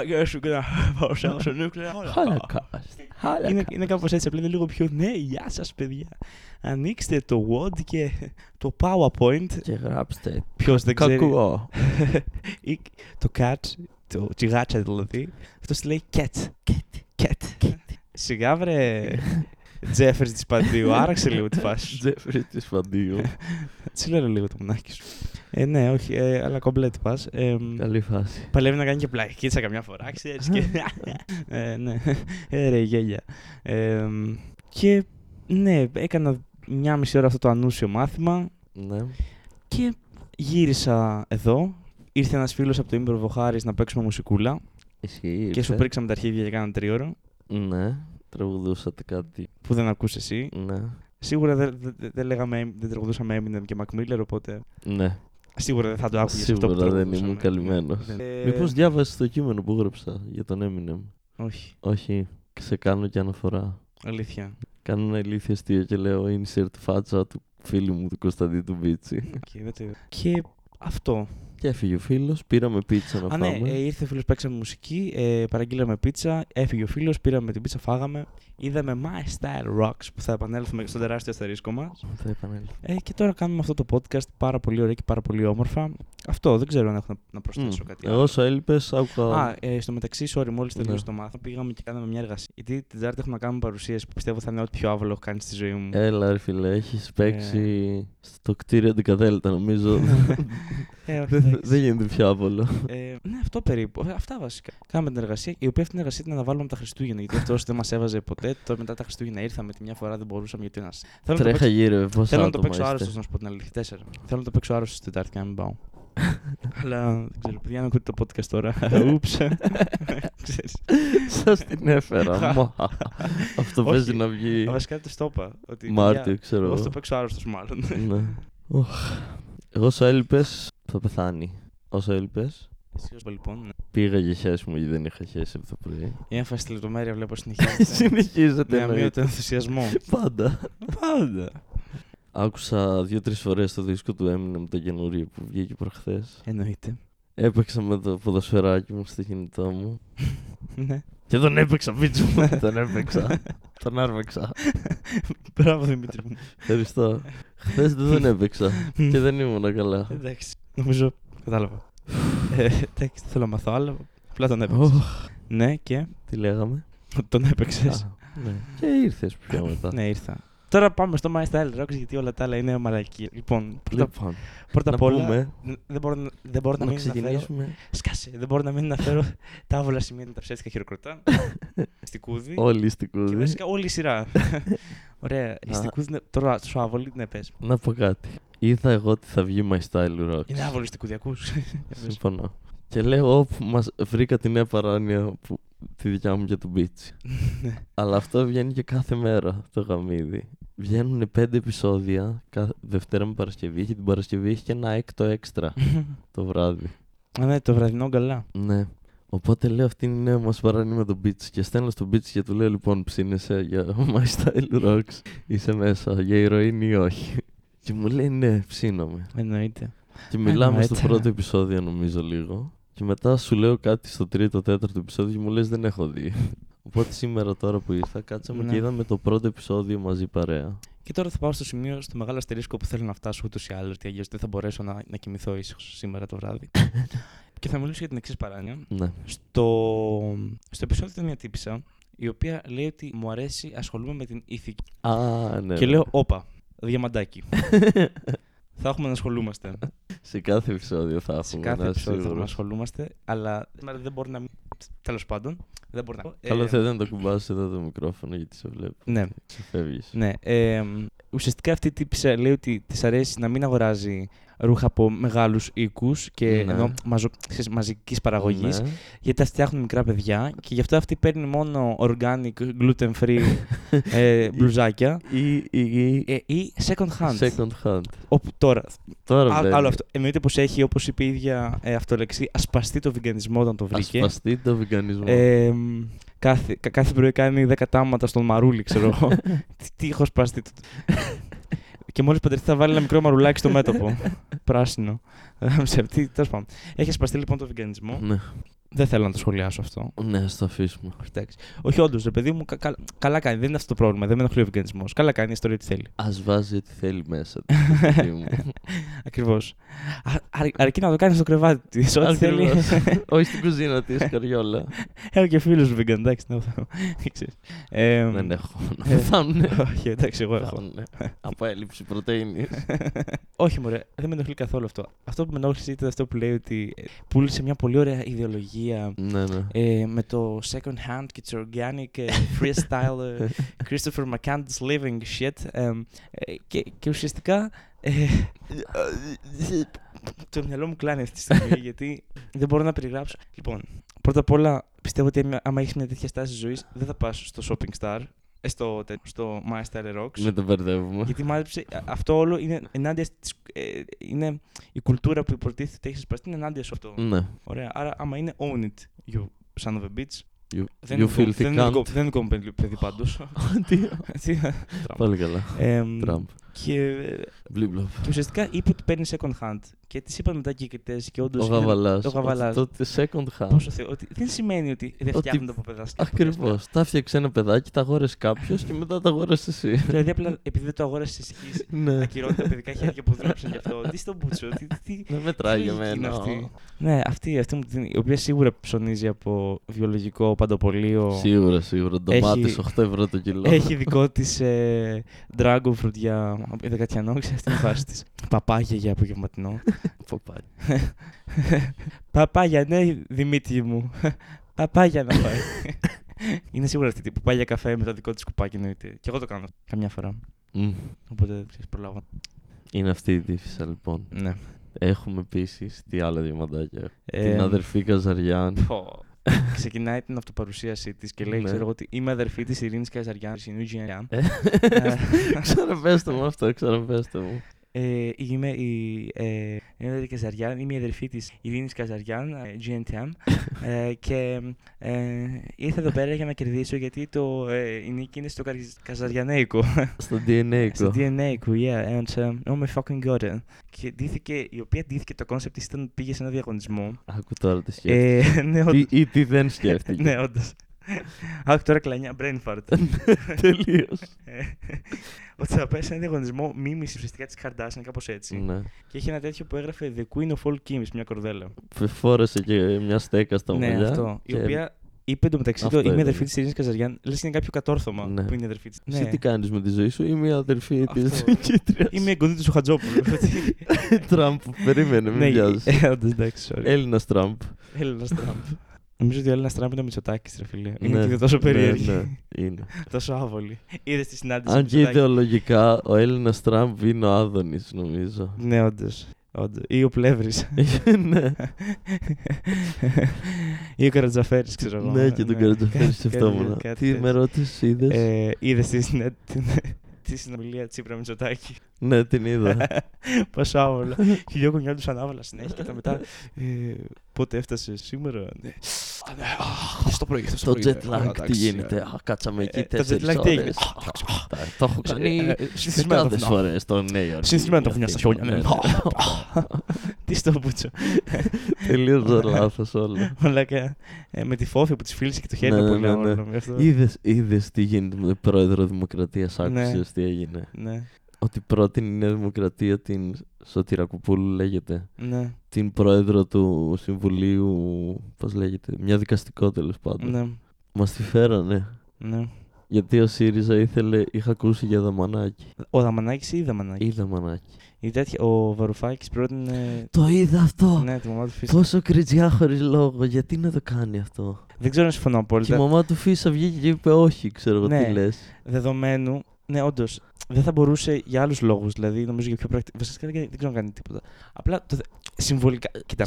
S2: I guess we're gonna have ourselves a nuclear holocaust.
S1: Holocaust. Holocaust.
S2: Είναι, είναι κάπω έτσι, απλά είναι λίγο πιο ναι, γεια σα, παιδιά. Ανοίξτε το Word και το PowerPoint.
S1: Και γράψτε.
S2: Ποιο δεν ξέρει.
S1: Κακουό.
S2: ή το cat, το τσιγάτσα δηλαδή, αυτό λέει cat. Cat. Σιγά βρε Τζέφερ της Παντίου, άραξε λίγο τη φάση
S1: (laughs)
S2: σου.
S1: Τζέφρι τη Φαντίου.
S2: Ναι. Τσιλέρω λίγο το μουνάκι σου. Ε, ναι, όχι, ε, αλλά κομπλέ τη πας.
S1: Καλή φάση.
S2: Παλεύει να κάνει και πλακίτσα καμιά φορά, ξέρεις (laughs) και... ε, ναι, ε, ρε γέλια. Ε, και ναι, έκανα μια μισή ώρα αυτό το ανούσιο μάθημα
S1: Ναι.
S2: και γύρισα εδώ. Ήρθε ένας φίλος από το Ήμπερβο Χάρης να παίξουμε μουσικούλα.
S1: Ισχύει.
S2: Και σου
S1: ήρθε.
S2: πρίξαμε τα αρχίδια για κάνα τρίωρο
S1: Ναι. Τραγουδούσατε κάτι.
S2: που δεν ακούς εσύ.
S1: Ναι.
S2: Σίγουρα δεν δεν- δεν- δεν λέγαμε, δεν τραγουδούσαμε Eminem και Mac Miller, οπότε
S1: Ναι.
S2: σίγουρα δεν θα το άκουγες αυτό που
S1: Σίγουρα δεν
S2: τραγουδούσαμε.
S1: ήμουν καλυμμένος.
S2: Ε,
S1: Μήπως διάβασες το κείμενο που έγραψα για τον Eminem.
S2: Όχι,
S1: Όχι. Σε κάνω και αναφορά.
S2: αλήθεια.
S1: Κάνω ένα ηλίθιο αστείο και λέω insert φάτσα του φίλου μου του Κωνσταντίνου του Μπίτσι.
S2: Οκ, δεν το είδα. Και αυτό.
S1: και έφυγε ο φίλος, πήραμε πίτσα να
S2: Α, ναι,
S1: φάμε.
S2: ε, ήρθε φίλος, παίξαμε μουσική, ε, παραγγείλαμε πίτσα, έφυγε ο φίλος, πήραμε την πίτσα, φάγαμε. Είδαμε My Style Rocks που θα επανέλθουμε στο τεράστιο αστερίσκο μας.
S1: Θα επανέλθω.
S2: Ε, και τώρα κάνουμε αυτό το podcast πάρα πολύ ωραία και πάρα πολύ όμορφα. Αυτό δεν ξέρω αν έχω να- να προσθέσω
S1: Μμ.
S2: κάτι.
S1: Εγώ όσο έλειπες, άκουγα.
S2: Α, ε, στο μεταξύ, sorry, μόλις
S1: Ναι.
S2: τελείωσε το μάθημα, πήγαμε και κάναμε μια εργασία. Γιατί την Τετάρτη έχουμε να κάνουμε παρουσίαση που πιστεύω θα είναι ό,τι πιο άβολο έχω κάνει στη ζωή μου.
S1: Έλα, ρε φίλε, έχεις παίξει στο κτίριο Αντικαδέλτα,
S2: (laughs)
S1: νομίζω.
S2: Ε, όχι,
S1: Δεν-
S2: εντάξει.
S1: Δεν γίνεται πιο άβολο.
S2: Ε, ναι, αυτό περίπου. Ε, Αυτά βασικά. Κάναμε την εργασία, η οποία αυτή την εργασία την αναβάλουμε τα Χριστούγεννα. Γιατί αυτό δεν μας έβαζε ποτέ. Τώρα μετά τα Χριστούγεννα ήρθαμε τη μια φορά, δεν μπορούσαμε γιατί ένας. Θέλω να το
S1: Τρέχα
S2: παίξω-
S1: γύρω, πώς
S2: Θέλω να το
S1: (laughs)
S2: παίξω άρρωστος, να σου πω την αλήθεια. Τέσσερα. Θέλω να το παίξω άρρωστος στην Τετάρτη, και να μην πάω. Αλλά δεν ξέρω, παιδιά, να ακούτε το podcast τώρα. (laughs) Ούψ.
S1: (laughs)
S2: Ξέρεις.
S1: Σας την
S2: (laughs)
S1: έφερα. Μα. Αυτό
S2: Όχι.
S1: παίζει να βγει
S2: Βασικά το στο είπα. ότι,
S1: Μάρτιο,
S2: παιδιά,
S1: ξέρω
S2: Εγώ θα
S1: εγώ.
S2: το παίξω άρρωστος, μάλλον.
S1: Ναι. Οχ. Εγώ όσο έλειπες, θα πεθάνει. Όσο έλειπες,
S2: Εσύ ως λοιπόν. ναι.
S1: πήγα για χέση μου γιατί δεν είχα χέση από το πρωί.
S2: Η έμφαση στη λεπτομέρεια βλέπω
S1: (laughs)
S2: συνεχίζεται.
S1: Συνεχίζεται
S2: με
S1: εννοείται.
S2: αμύωτο ενθουσιασμό.
S1: Πάντα.
S2: Πάντα.
S1: Άκουσα δύο-τρει φορές το δίσκο του Eminem το καινούριο που βγήκε προχθές. (laughs)
S2: Εννοείται.
S1: Έπαιξα με το ποδοσφαιράκι μου στο κινητό μου.
S2: Ναι.
S1: Και τον έπαιξα, πίτσο
S2: (laughs)
S1: μου. τον έπαιξα. τον άρπαξα.
S2: Μπράβο Δημήτρη μου.
S1: Ευχαριστώ. Χθες δεν τον έπαιξα και δεν ήμουν καλά.
S2: Εντάξει. Νομίζω κατάλαβα. Ε, Εντάξει, δεν θέλω να μάθω άλλο. Απλά τον έπαιξες.
S1: Οχ,
S2: Ναι, και
S1: Τι λέγαμε.
S2: τον έπαιξες.
S1: Α, ναι. Και ήρθες πιο μετά.
S2: Ναι, ήρθα. Τώρα πάμε στο My Style Rocks γιατί όλα τα άλλα είναι μαλακή. Λοιπόν, πρώτα-
S1: Λοιπόν,
S2: πρώτα
S1: να
S2: απ' όλα.
S1: πούμε,
S2: ν- Δεν μπορώ, να- δεν μπορώ να,
S1: να
S2: μην αναφέρω.
S1: ξεκινήσουμε
S2: Σκάσε. Δεν μπορώ να μην αναφέρω τα άβολα σημεία με τα
S1: (laughs)
S2: ψεύτικα χειροκροτά. Στη κούδη.
S1: όλοι στην
S2: Και
S1: κούδη.
S2: βασικά όλη η σειρά. Ωραία. Ληστικού είναι. Τώρα σου άβολη, ναι, πες.
S1: Να πω κάτι. Είδα εγώ ότι θα βγει My Style Rock.
S2: Είναι άβολη ληστικουδιακού.
S1: Συμφωνώ. Και λέω, όπου μας βρήκα τη νέα παράνοια που, τη δικιά μου για τον Beach. Αλλά αυτό βγαίνει και κάθε μέρα το γαμίδι. Βγαίνουν πέντε επεισόδια, κάθε, Δευτέρα με Παρασκευή, και την Παρασκευή έχει και ένα έκτο έξτρα το βράδυ.
S2: (laughs) Α, ναι, το βραδινό καλά.
S1: Ναι. Οπότε λέω αυτή είναι η νέα μας παράνοια με τον Beach και στέλνω στον Beach και του λέω λοιπόν ψήνεσαι για (laughs) My Style Rocks είσαι μέσα για ηρωίνη ή όχι. Και μου λέει ναι ψήνομαι.
S2: Εννοείται.
S1: Και μιλάμε στο
S2: έτσι.
S1: πρώτο επεισόδιο νομίζω λίγο και μετά σου λέω κάτι στο τρίτο τέταρτο επεισόδιο και μου λες δεν έχω δει. Οπότε σήμερα τώρα που ήρθα κάτσαμε
S2: Ναι.
S1: και είδαμε το πρώτο επεισόδιο μαζί παρέα.
S2: Και τώρα θα πάω στο σημείο, στο μεγάλο αστερίσκο που θέλω να φτάσω ούτως ή άλλως, γιατί αλλιώς δεν θα μπορέσω να, να κοιμηθώ ήσυχος σήμερα το βράδυ. και θα μιλήσω για την εξής παράνοια.
S1: Ναι.
S2: Στο, στο επεισόδιο ήταν μια τύπησα η οποία λέει ότι μου αρέσει, ασχολούμαι με την ηθική.
S1: Α, ναι.
S2: και
S1: ναι.
S2: λέω, όπα, διαμαντάκι. θα έχουμε να ασχολούμαστε.
S1: (laughs) Σε κάθε επεισόδιο θα έχουμε.
S2: Σε κάθε
S1: να
S2: επεισόδιο
S1: σίγουρος.
S2: θα έχουμε να ασχολούμαστε, αλλά σήμερα δεν μπορεί να μην. Τέλος πάντων, δεν μπορεί να.
S1: Καλό
S2: Ε,
S1: θα ήταν να το κουμπάσω εδώ το μικρόφωνο γιατί σε βλέπω.
S2: Ναι,
S1: Σε φεύγεις.
S2: ναι. Ε, ουσιαστικά αυτή η τύπησα λέει ότι της αρέσει να μην αγοράζει ρούχα από μεγάλους οίκους και
S1: Ναι.
S2: ενώ μαζο... μαζικής παραγωγής,
S1: Ναι.
S2: γιατί τα φτιάχνουν μικρά παιδιά και γι' αυτό αυτή παίρνει μόνο organic, gluten free
S1: (laughs)
S2: ε, μπλουζάκια
S1: Ή, ή, ή
S2: ε, ή second hand.
S1: second hand.
S2: Όπου τώρα,
S1: Τώρα
S2: α-
S1: μπαίνει.
S2: άλλο αυτό. Εννοείται πως έχει, όπως είπε η ίδια ε, αυτολεξή, ασπαστεί το βιγκανισμό όταν το βρήκε.
S1: Ασπαστεί το βιγανισμό.
S2: Ε, μ, κάθε, κα- κάθε πρωί κάνει 10 τάματα στον μαρούλι, ξέρω
S1: (laughs)
S2: εγώ. τι, τι έχω σπαστεί. το- και μόλις παντρευτεί θα βάλει ένα μικρό μαρουλάκι στο μέτωπο. Πράσινο. Ε, Σε τι- τέλος πάντων. Έχει σπαστεί λοιπόν το βιγκανισμό.
S1: Ναι,
S2: Δεν θέλω να το σχολιάσω αυτό.
S1: ναι, ας το αφήσουμε.
S2: Εντάξει. Όχι, όντως, ρε παιδί μου, κα- κα- καλά κάνει. Δεν είναι αυτό το πρόβλημα. Δεν με ενοχλεί ο βιγκανισμό. Καλά κάνει η ιστορία τι θέλει.
S1: Ας βάζει ό,τι θέλει μέσα
S2: (laughs)
S1: του. το παιδί μου.
S2: Ακριβώς. Αρκεί να το κάνεις στο κρεβάτι τη. Ό,τι θέλει.
S1: Ακριβώς. (laughs) Όχι στην κουζίνα της, καριόλα.
S2: Έχω και φίλους βίγκαν, εντάξει, να το (laughs) ε,
S1: Δεν έχω. Να
S2: ε,
S1: πεθάνουνε.
S2: Όχι, εντάξει, εγώ έχω.
S1: Πεθάνουνε. Από έλλειψη πρωτενη.
S2: όχι, μωρέ, δεν με ενοχλεί καθόλου αυτό. Αυτό που με ενόχλησε ήταν αυτό που λέει ότι ε, πούλησε μια πολύ ωραία ιδεολογία
S1: Ναι, ναι.
S2: ε, με το second hand και το organic ε, freestyle ε, Christopher McCand's living shit. ε, ε, και, και ουσιαστικά ε, το μυαλό μου κλάνει αυτή τη στιγμή γιατί δεν μπορώ να περιγράψω. Λοιπόν, πρώτα απ' όλα πιστεύω ότι άμα- άμα έχεις μια τέτοια στάση ζωής, δεν θα πας στο shopping star, ε, στο, τε- στο My Style Rocks.
S1: Με Ναι, το μπερδεύουμε.
S2: Γιατί μάζεψε, α- αυτό όλο είναι ενάντια στις, ε, είναι η κουλτούρα που υποτίθεται ότι έχει σπαστεί είναι ενάντια σε αυτό.
S1: Ναι.
S2: Ωραία. Άρα, άμα είναι own it, you son of a bitch.
S1: You,
S2: Δεν
S1: you
S2: είναι δικό-
S1: filthy
S2: δεν είναι
S1: cunt.
S2: δικό- δεν είναι δικό μου παιδί- παιδί πάντως.
S1: (laughs) Τι- Πάλι καλά. Τραμπ.
S2: Και ε,
S1: Μπλίμπλοπ.
S2: και ουσιαστικά είπε ότι παίρνει second hand. Και της είπαν μετά και οι κριτέ και όντως.
S1: Ο Γαβαλάς.
S2: Ο Γαβαλάς.
S1: Τότε second hand.
S2: Πόσο θεό, ότι δεν σημαίνει ότι δεν
S1: Ότι-
S2: φτιάχνονται από παιδά. σκηνικά.
S1: Ακριβώς. Τα έφτιαξε ένα παιδάκι, τα αγόρασε κάποιος και μετά τα αγόρασε εσύ.
S2: Δηλαδή, απλά επειδή δεν το αγόρασες εσύ,
S1: Ναι.
S2: ακυρώνει τα παιδικά χέρια που δούλεψαν γι' αυτό. Τι στον Μπούτσο, τι- τι,
S1: Δεν μετράει για
S2: Λογική είναι
S1: μένα.
S2: αυτή. Ναι, αυτή, αυτή μου την. η οποία σίγουρα ψωνίζει από βιολογικό παντοπολείο.
S1: Σίγουρα, σίγουρα. Ντομάτες
S2: Έχει-
S1: 8 ευρώ το κιλό.
S2: Έχει δικό της ε, dragon φρουντιά από δεκατιανό, ξέρεις την φάση της. (laughs) Παπάγια για απογευματινό.
S1: Παπάκι.
S2: Παπάγια, ναι, Δημήτρη μου. (laughs) Παπάγια να (laughs) πάει. Είναι σίγουρα αυτή που πάει για καφέ με το δικό της κουπάκι, εννοείται. Και εγώ το κάνω καμιά φορά.
S1: Μμ.
S2: Οπότε ξέρεις, προλάβω.
S1: Είναι αυτή η τύφησα λοιπόν.
S2: Ναι.
S1: Έχουμε επίσης τι άλλα διαμαντάκια. έχουμε.
S2: Ε,
S1: Την αδερφή Καζαριάν.
S2: Πω. Ξεκινάει την αυτοπαρουσίασή της και λέει:
S1: Ναι.
S2: Ξέρω εγώ ότι είμαι αδερφή της Ειρήνης Καζαριάν, η Νιουτζιάν.
S1: (laughs) Ξαναπέστε μου αυτό, ξαναπέστε μου.
S2: Ε, είμαι η ε, Νέδρα Καζαριάν, είμαι η αδερφή της Ειρήνης Καζαριάν, ε, GNTM, ε, και ε, ήρθα εδώ πέρα για να κερδίσω γιατί το, ε, η νίκη είναι στο καρι- καζαριανέικο,
S1: Στο DNA
S2: ε, στο
S1: κο.
S2: DNAικο, yeah, and um, oh my fucking god. ε. Και ντύθηκε, η οποία ντύθηκε το κόνσεπτ της ήταν πήγε σε ένα διαγωνισμό.
S1: Άκου τώρα τι σκέφτεσαι.
S2: Ε, ναι,
S1: Τι
S2: όντως.
S1: ή τι δεν σκέφτηκε.
S2: (laughs) ναι, όντως. Άκου τώρα κλανιά, brain fart.
S1: Τελείως.
S2: Ε, Ότι θα πέσει σε ένα διαγωνισμό μίμησης ουσιαστικά της Καρδάσιν, κάπως έτσι.
S1: Ναι.
S2: Και είχε ένα τέτοιο που έγραφε The Queen of All Kings, μια κορδέλα.
S1: Φόρεσε και μια στέκα στα
S2: ναι,
S1: μαλλιά.
S2: αυτό. Η
S1: και-
S2: οποία είπε εντωμεταξύ
S1: Αυτό
S2: το είμαι
S1: ήταν.
S2: αδερφή της Ειρήνης Καζαριάν. Λες είναι κάποιο κατόρθωμα
S1: Ναι.
S2: που είναι η αδερφή της.
S1: Εσύ τι κάνεις με τη ζωή σου, είμαι η αδερφή
S2: Αυτό.
S1: της Κίτριας.
S2: Είμαι εγγονή του Χατζόπουλου.
S1: (laughs) Τραμπ, περίμενε,
S2: Ναι,
S1: μην βιάζει.
S2: ε, όντως, εντάξει, sorry.
S1: Έλληνας Τραμπ.
S2: Έλληνας Τραμπ. Νομίζω ότι ο Έλληνα Τραμπ είναι ο Μητσοτάκης, ρε φίλε. Είναι
S1: Ναι,
S2: και δύο τόσο
S1: ναι, ναι,
S2: περίεργη. (laughs)
S1: είναι.
S2: Τόσο άβολη. Είδες τη συνάντηση.
S1: Αν
S2: με
S1: και
S2: Μητσοτάκη.
S1: ιδεολογικά, ο Έλληνας Τραμπ είναι ο Άδωνης, νομίζω.
S2: Ναι, όντως. Ή ο Πλεύρης.
S1: (laughs) ναι,
S2: Ή ο Καρατζαφέρης, ξέρω εγώ.
S1: ναι, και τον Καρατζαφέρη σκεφτόμουν.
S2: κάτι
S1: Τι
S2: τέτοιο.
S1: με ρώτησες, είδες.
S2: (laughs) Ε, Είδες τη συνε- την- τη συνομιλία Τσίπρα Μητσοτάκη.
S1: Ναι, την είδα.
S2: (laughs) Πασάβολα. Χιλιόκονιά τους ανάβαλα συνέχεια και τα μετά. ε, πότε έφτασε σήμερα. Ναι. Α, ναι. Α, χθες το πρωί. χθες
S1: Το
S2: πρωί,
S1: jet
S2: ναι. Α,
S1: lag τι
S2: εντάξει,
S1: γίνεται.
S2: ε,
S1: Α, κάτσαμε
S2: ε,
S1: εκεί
S2: το jet
S1: τέσσερις
S2: lag τι έγινε.
S1: ώρες.
S2: Α, εντάξει, α,
S1: Τα- Το έχω κάνει
S2: ε, ε, Συνηθισμένα το
S1: δεκάδες
S2: βουνό.
S1: φορές στο Νέο Υόρκο.
S2: Συνηθισμένα τα βουνιά στα χιόνια. ναι.
S1: Ναι, ναι.
S2: Α, (laughs) Τι στο μπούτσο.
S1: (laughs)
S2: ναι.
S1: Τελείωσε λάθος όλα.
S2: Όλα και, ε, με τη φόφη που της φίλησε και το χέρι
S1: Ναι,
S2: μου
S1: ναι,
S2: πολύ
S1: ναι, ναι.
S2: όμορφο. γι' αυτό.
S1: Είδες, είδες τι γίνεται με τον πρόεδρο Δημοκρατίας,
S2: Ναι.
S1: άκουσες τι έγινε.
S2: Ναι,
S1: Ότι πρότεινε η Νέα Δημοκρατία την Σωτηρακοπούλου λέγεται.
S2: ναι,
S1: Την πρόεδρο του Συμβουλίου, πώς λέγεται, μια δικαστικό τέλος πάντων.
S2: ναι,
S1: Μας τη φέρανε.
S2: ναι.
S1: Γιατί ο ΣΥΡΙΖΑ ήθελε, είχα ακούσει για δαμανάκι.
S2: Ο Δαμανάκης ή η Δαμανάκη.
S1: Είδα μανάκι.
S2: Η τέτοια- Ο Βαρουφάκης πρότεινε.
S1: Το είδα αυτό.
S2: Ναι, τη μαμά του Φίσα.
S1: Πόσο κριτζιά χωρίς λόγο, γιατί να το κάνει αυτό.
S2: Δεν ξέρω αν συμφωνώ
S1: Και η
S2: απόλυτα.
S1: μαμά του Φίσα βγήκε και είπε όχι, ξέρω εγώ
S2: Ναι.
S1: τι λες.
S2: Δεδομένου. Ναι, όντως. Δεν θα μπορούσε για άλλους λόγους. Δηλαδή, νομίζω για πιο πρακτικό. Βασικά δεν δεν ξέρω να κάνει τίποτα. Απλά το... θε- συμβολικά. Κοίτα,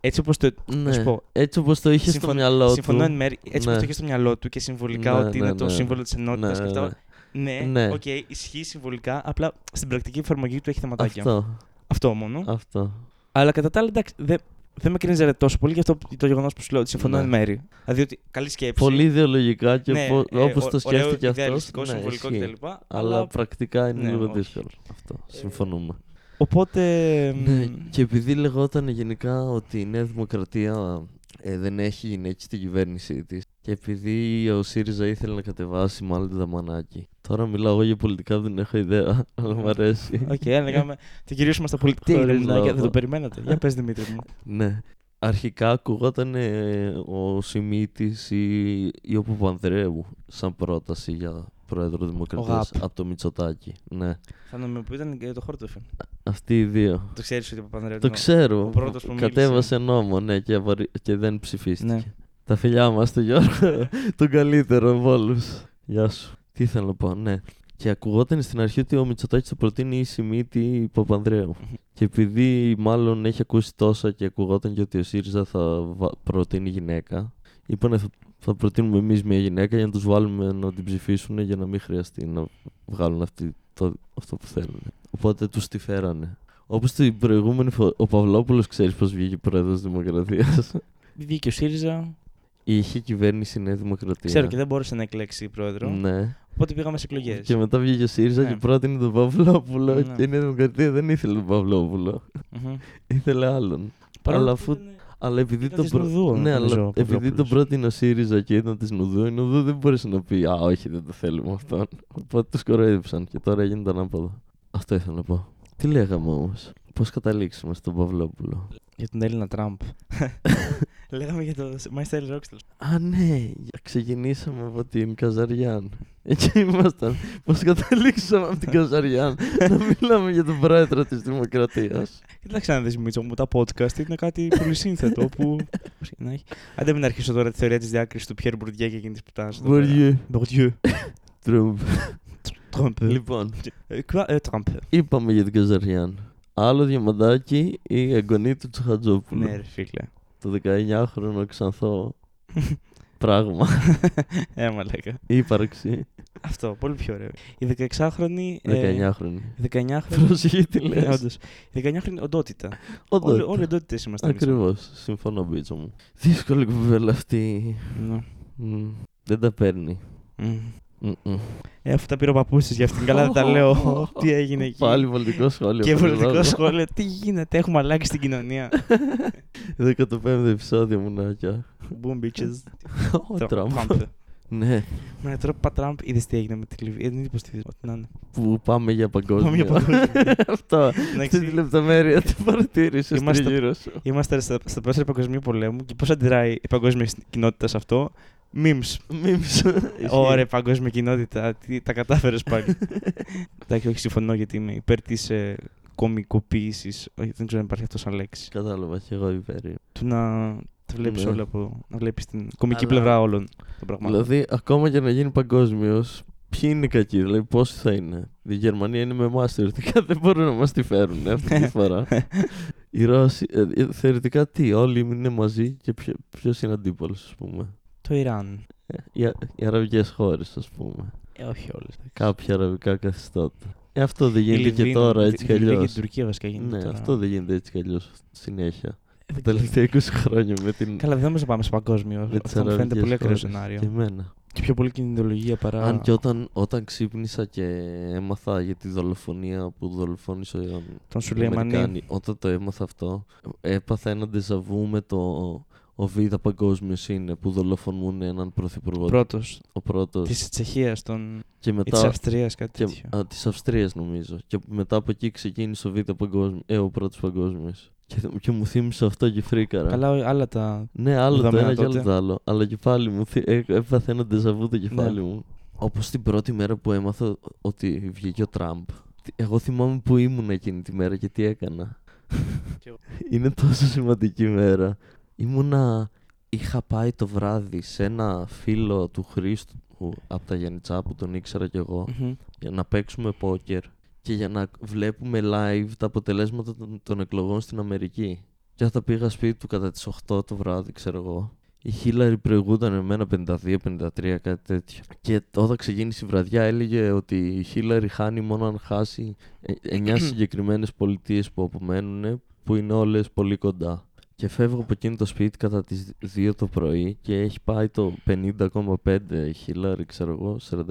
S2: έτσι όπως το. Να σου
S1: Ναι.
S2: πω.
S1: Έτσι όπως το είχες στο
S2: συμφων-
S1: μυαλό
S2: Συμφωνώ εν
S1: του.
S2: μέρει. Έτσι όπως
S1: Ναι.
S2: το έχει στο μυαλό του και συμβολικά
S1: Ναι,
S2: ότι
S1: ναι,
S2: είναι
S1: ναι,
S2: το
S1: ναι.
S2: σύμβολο της ενότητας και αυτά. Ναι,
S1: Ναι.
S2: οκ, ισχύει συμβολικά, απλά στην πρακτική εφαρμογή του έχει θεματάκια. Αυτό,
S1: Αυτό.
S2: μόνο.
S1: Αυτό.
S2: Αλλά κατά τα άλλα, εντάξει, δεν δεν με κρίνει τόσο πολύ γι' αυτό το γεγονός που σου λέω ότι συμφωνώ
S1: Ναι.
S2: εν μέρη. Δηλαδή ότι καλή σκέψη.
S1: Πολύ ιδεολογικά και
S2: ναι, ε,
S1: όπως
S2: ω-
S1: το σκέφτηκε Ναι,
S2: ωραίο,
S1: αυτό.
S2: ιδεαλιστικό, συμβολικό κτλ. Αλλά,
S1: Αλλά πρακτικά είναι
S2: Ναι,
S1: λίγο
S2: όχι. Ε,
S1: δύσκολο. Αυτό. Συμφωνούμε.
S2: Οπότε.
S1: Ναι,
S2: μ,
S1: και επειδή λεγόταν γενικά ότι η Νέα Δημοκρατία ε, δεν έχει γυναίκε στην κυβέρνησή της, και επειδή ο ΣΥΡΙΖΑ ήθελε να κατεβάσει μάλλον το δαμανάκι. Τώρα μιλάω εγώ για πολιτικά, δεν έχω ιδέα, (laughs) αλλά μου αρέσει.
S2: Οκ, okay, λέγαμε. Θα γυρίσουμε στα πολιτικά.
S1: Χωρίς
S2: ρε μουνάκια, Δεν
S1: λόγο.
S2: το περιμένατε. Για πες Δημήτρη μου.
S1: ναι. Αρχικά ακουγόταν ε, ο Σιμίτης ή, ή ο Παπανδρέου σαν πρόταση για πρόεδρο Δημοκρατίας
S2: γαπ.
S1: από το Μητσοτάκι. Ναι.
S2: Θα νομιμοποιώ που ήταν και το Χόρτοφιν.
S1: Αυτοί οι δύο.
S2: Το ξέρεις ότι ο Παπανδρέου.
S1: Το
S2: ήταν ο-
S1: ξέρω.
S2: ο πρώτος που μίλησε.
S1: Κατέβασε νόμο, ναι, και, απορρι- και δεν ψηφίστηκε.
S2: Ναι.
S1: Τα φιλιά μας του Γιώργο, τον καλύτερο από όλους. Γεια σου. Τι ήθελα να πω, ναι. Και ακουγόταν στην αρχή ότι ο Μητσοτάκης το προτείνει η Σιμίτη Παπανδρέου.
S2: Μμμ.
S1: και επειδή μάλλον έχει ακούσει τόσα και ακουγόταν και ότι ο ΣΥΡΙΖΑ θα βα- προτείνει γυναίκα, είπανε θα, θα προτείνουμε εμείς μια γυναίκα για να τους βάλουμε να την ψηφίσουν για να μην χρειαστεί να βγάλουν αυτή, το, αυτό που θέλουν. Οπότε τους τη φέρανε. Όπως την προηγούμενη φορά, ο Παυλόπουλος ξέρεις πώς βγήκε πρόεδρος Δημοκρατίας.
S2: Βγήκε ο ΣΥΡΙΖΑ.
S1: Είχε κυβέρνηση η Νέα Δημοκρατία.
S2: Ξέρω και δεν μπόρεσε να εκλέξει πρόεδρο.
S1: Ναι.
S2: Οπότε πήγαμε σε εκλογές.
S1: Και μετά βγήκε ο ΣΥΡΙΖΑ
S2: Ναι.
S1: και πρότεινε τον Παυλόπουλο.
S2: Ναι.
S1: Και η Νέα Δημοκρατία δεν ήθελε τον Παυλόπουλο. Ήθελε άλλον. Αλλά αφού- Αλλά επειδή
S2: Ήταν
S1: τον
S2: της Νουδού,
S1: ναι,
S2: νομίζω,
S1: αλλά
S2: ο
S1: επειδή
S2: Παυλόπουλος.
S1: τον πρότεινε ο ΣΥΡΙΖΑ και ήταν της Νουδού, η Νουδού δεν μπορούσε να πει Α, όχι, δεν το θέλουμε αυτόν. Οπότε τους κοροϊδέψαν και τώρα έγινε το ανάποδο. Αυτό ήθελα να πω. Τι λέγαμε όμως. Πώς καταλήξαμε στον Παυλόπουλο.
S2: Για τον
S1: (laughs)
S2: Έλληνα Τραμπ. Λέγαμε για το My Style Rocks. τέλος.
S1: Α, ναι, ξεκινήσαμε από την Καζαριάν. Εκεί ήμασταν. Πώς καταλήξαμε από την Καζαριάν
S2: (laughs)
S1: να μιλάμε για τον πρόεδρο της Δημοκρατίας.
S2: Κοιτάξτε να δεις Μίτσο μου, τα podcast είναι κάτι πολύ σύνθετο που...
S1: (laughs)
S2: Πώς είναι να έχει. Άντε μην αρχίσω τώρα τη θεωρία της διάκρισης του Πιέρ Μπουρδιέ και εκείνης της πουτάνας. εδώ πέρα.
S1: Μποριέ.
S2: Μπουρδιέ.
S1: Τραμπ.
S2: Τραμπ.
S1: Λοιπόν,
S2: Ε, quoi, ε, Τραμπ.
S1: είπαμε για την Καζαριάν. Άλλο διαμαντάκι η εγγονή του Τσοχατζόπουλου.
S2: Ναι ρε φίλε.
S1: Το 19χρονο ξανθό
S2: (laughs)
S1: πράγμα.
S2: Ε, μαλάκα. Ε.
S1: Ύπαρξη.
S2: Αυτό, πολύ πιο ωραίο. Η 16χρονη... ε,
S1: 19χρονη.
S2: 19χρονη...
S1: Προσοχή (laughs) τι
S2: Ναι,
S1: λες.
S2: όντως. Η 19χρονη οντότητα.
S1: Όντως.
S2: Όλοι όλοι οντότητες είμαστε. Μίτσο μου.
S1: Ακριβώς. Συμφωνώ, Μπίτσο μου. Δύσκολη κουβέλα αυτή.
S2: Ναι.
S1: Μμμ. Δεν τα παίρνει.
S2: Μμ.
S1: Μμμ.
S2: Ε, αφού τα πήρε ο παππούς της για αυτήν. Καλά δεν τα λέω. Τι έγινε εκεί.
S1: Πάλι πολιτικό σχόλιο.
S2: Και
S1: χωρίς
S2: πολιτικό
S1: λόγο. (laughs)
S2: σχόλιο. Τι γίνεται, έχουμε αλλάξει την κοινωνία.
S1: 15ο επεισόδιο μουνάκια.
S2: Boom bitches.
S1: Ο Τραμπ. Ναι,
S2: Με έναν τρόπο Τραμπ είδες τι έγινε με τη Λιβύη. Ε, Δεν είδε πώ τη δίδω. Ό,τι να είναι.
S1: που πάμε για παγκόσμιο.
S2: Πάμε για παγκόσμιο.
S1: (laughs) Αυτό. Αυτή τη
S2: Εντάξει,
S1: λεπτομέρεια την παρατήρησε
S2: Είμαστε-
S1: γύρω σου.
S2: Είμαστε στα, στα πλαίσια του Παγκοσμίου Πολέμου και πώς αντιδράει η παγκόσμια συ- κοινότητα σε αυτό. Memes.
S1: Μίμς.
S2: Ωραία, παγκόσμια κοινότητα. Τι, τα κατάφερες
S1: (laughs)
S2: πάλι. Εντάξει, όχι, συμφωνώ γιατί είμαι υπέρ της ε, κωμικοποίηση. Όχι, δεν ξέρω αν υπάρχει αυτός σαν λέξη.
S1: Κατάλαβα και εγώ υπέρ.
S2: Του να τα βλέπεις
S1: Ναι.
S2: όλα από. να βλέπεις την κομική
S1: Αλλά-
S2: πλευρά όλων των πραγμάτων.
S1: Δηλαδή, ακόμα και να γίνει παγκόσμιος, ποιοι είναι οι κακοί, δηλαδή πόσοι θα είναι. Η Γερμανία είναι με εμά θεωρητικά, δεν μπορούν να μας τη φέρουν αυτή τη
S2: (laughs)
S1: φορά. Οι Ρώσοι, ε, ε, θεωρητικά τι, όλοι είναι μαζί και ποιο είναι αντίπαλος, ας πούμε.
S2: Το Ιράν.
S1: Ε, Οι, α- οι αραβικές χώρες, ας πούμε.
S2: Ε, όχι όλες.
S1: Κάποια αραβικά καθεστώτα. Ε, αυτό δεν
S2: Η
S1: γίνεται και
S2: Λιβύη-
S1: τώρα
S2: η
S1: έτσι κι
S2: Λιβύη
S1: αλλιώ.
S2: και η Τουρκία βασικά γίνεται.
S1: Ναι,
S2: τώρα. Ε,
S1: αυτό δεν γίνεται έτσι κι αλλιώς συνέχεια.
S2: Δεν
S1: Τα
S2: ξέρω.
S1: τελευταία 20 χρόνια με την.
S2: Καλά, ε. δεν νομίζω να πάμε σε παγκόσμιο.
S1: με τις
S2: Αυτό μου φαίνεται
S1: αραβικές
S2: πολύ ακραίο
S1: χώρες.
S2: σενάριο.
S1: Και
S2: Και...
S1: εμένα.
S2: πιο πολύ κινητολογία παρά.
S1: Αν και όταν, όταν ξύπνησα και έμαθα για τη δολοφονία που δολοφόνησε ο
S2: Τον
S1: οι
S2: Σουλέιμανί.
S1: Αμερικάνοι, όταν το έμαθα αυτό, έπαθα ένα ντεζαβού με το ο Β' παγκόσμιος είναι που δολοφονούν έναν πρωθυπουργό.
S2: Πρώτος
S1: Ο πρώτος.
S2: της Τσεχίας τον...
S1: Και
S2: ή τη
S1: μετά.
S2: Αυστρίας, κάτι
S1: Και,
S2: τέτοιο.
S1: α, ναι. της Αυστρίας νομίζω. Και μετά από εκεί ξεκίνησε ο Β' παγκόσμιο, ε, ο πρώτος παγκόσμιος. Και, και μου θύμισε αυτό και φρίκαρα.
S2: Καλά, ό, άλλα τα.
S1: Ναι, άλλο το
S2: Δεδομένα
S1: ένα και άλλο
S2: τότε.
S1: το άλλο. Αλλά και πάλι μου θυ- έ- έπαθε ένα ντεζαβού το κεφάλι
S2: Ναι.
S1: μου. Όπως την πρώτη μέρα που έμαθα ότι βγήκε ο Τραμπ. Τι- Εγώ θυμάμαι που ήμουν εκείνη τη μέρα και τι έκανα.
S2: Κι εγώ.
S1: (laughs) Είναι τόσο σημαντική μέρα. Ήμουνα. Είχα πάει το βράδυ σε ένα φίλο του Χρήστου από τα Γιάννητσά που τον ήξερα κι εγώ
S2: Μμμ.
S1: για να παίξουμε πόκερ και για να βλέπουμε live τα αποτελέσματα των, των εκλογών στην Αμερική. Και όταν πήγα σπίτι του κατά τις 8 το βράδυ, ξέρω εγώ, η Χίλαρη προηγούταν εμένα 52-53, κάτι τέτοιο. Και όταν ξεκίνησε η βραδιά έλεγε ότι η Χίλαρη χάνει μόνο αν χάσει 9 συγκεκριμένες πολιτείες που απομένουν, που είναι όλες πολύ κοντά. Και φεύγω από εκείνο το σπίτι κατά τις 2 το πρωί και έχει πάει το 50,5 η Χίλαρη, ξέρω εγώ, 49,5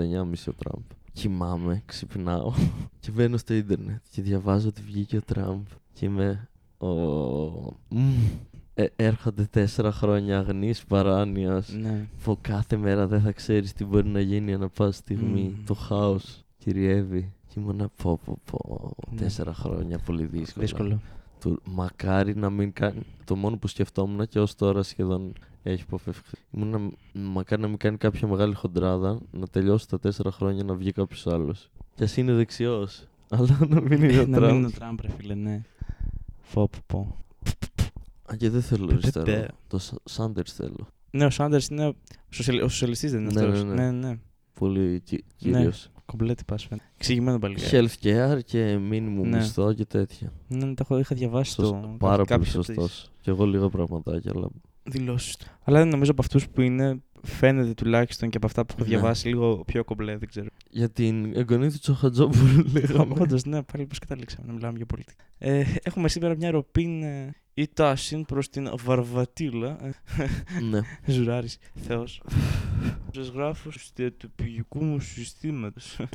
S1: ο Τραμπ. Κοιμάμαι, ξυπνάω (laughs) και μπαίνω στο ίντερνετ και διαβάζω ότι βγήκε ο Τραμπ και είμαι ο... Μμμ. Ε, έρχονται τέσσερα χρόνια αγνής παράνοιας
S2: Ναι.
S1: που κάθε μέρα δεν θα ξέρεις τι μπορεί να γίνει ανά πάσα στιγμή.
S2: Μμμ.
S1: Το χάος κυριεύει. Και ήμουν πω πω πω,
S2: Ναι.
S1: τέσσερα χρόνια πολύ δύσκολα.
S2: Δύσκολο.
S1: Του, μακάρι να μην κάνει. Το μόνο που σκεφτόμουν και ως τώρα σχεδόν έχει αποφευχθεί. Ήμουν μακάρι να μην κάνει κάποια μεγάλη χοντράδα, να τελειώσει τα τέσσερα χρόνια να βγει κάποιος άλλος. Κι ας είναι δεξιός. (laughs) Αλλά να μην είναι ο
S2: Ναι, Ε, Να μην
S1: Τραμπ.
S2: είναι ο Τραμπ, ρε φίλε, ναι. Φω, πω, πω.
S1: Α, και δεν θέλω
S2: Πε- πε-
S1: αριστερό.
S2: πε.
S1: Το Σάντερ θέλω.
S2: Ναι, ο Σάντερ είναι. σοσιαλ- Ο σοσιαλιστής δεν είναι
S1: Ναι,
S2: αυτός.
S1: ναι,
S2: Ναι,
S1: ναι.
S2: ναι.
S1: Πολύ κυρίω.
S2: Κομπλέτη πας φαίνεται. Εξηγημένο παλιά.
S1: Healthcare και μήνυμο
S2: Ναι.
S1: μισθό και τέτοια.
S2: Ναι, ναι, τα έχω- είχα διαβάσει
S1: Σωστ-
S2: το.
S1: Πάρα πολύ σωστό.
S2: σωστό.
S1: Κι εγώ λίγα πραγματάκια, αλλά
S2: δηλώσεις του. Αλλά δεν νομίζω από αυτούς που είναι, φαίνεται τουλάχιστον και από αυτά που έχω
S1: Ναι.
S2: διαβάσει λίγο πιο κομπλέ, δεν ξέρω.
S1: για την εγγονή του Τσοχατζόπουλου (laughs) λέγαμε.
S2: Όντω, ναι, πάλι πώς καταλήξαμε να μιλάμε για πολιτική. Ε, έχουμε σήμερα μια ροπή ε, ή τάση προς την βαρβατήλα. ε,
S1: ναι.
S2: Ζουράρης, Θεός. (laughs) Σας γράφω στο του πηγικού μου συστήματος. (laughs)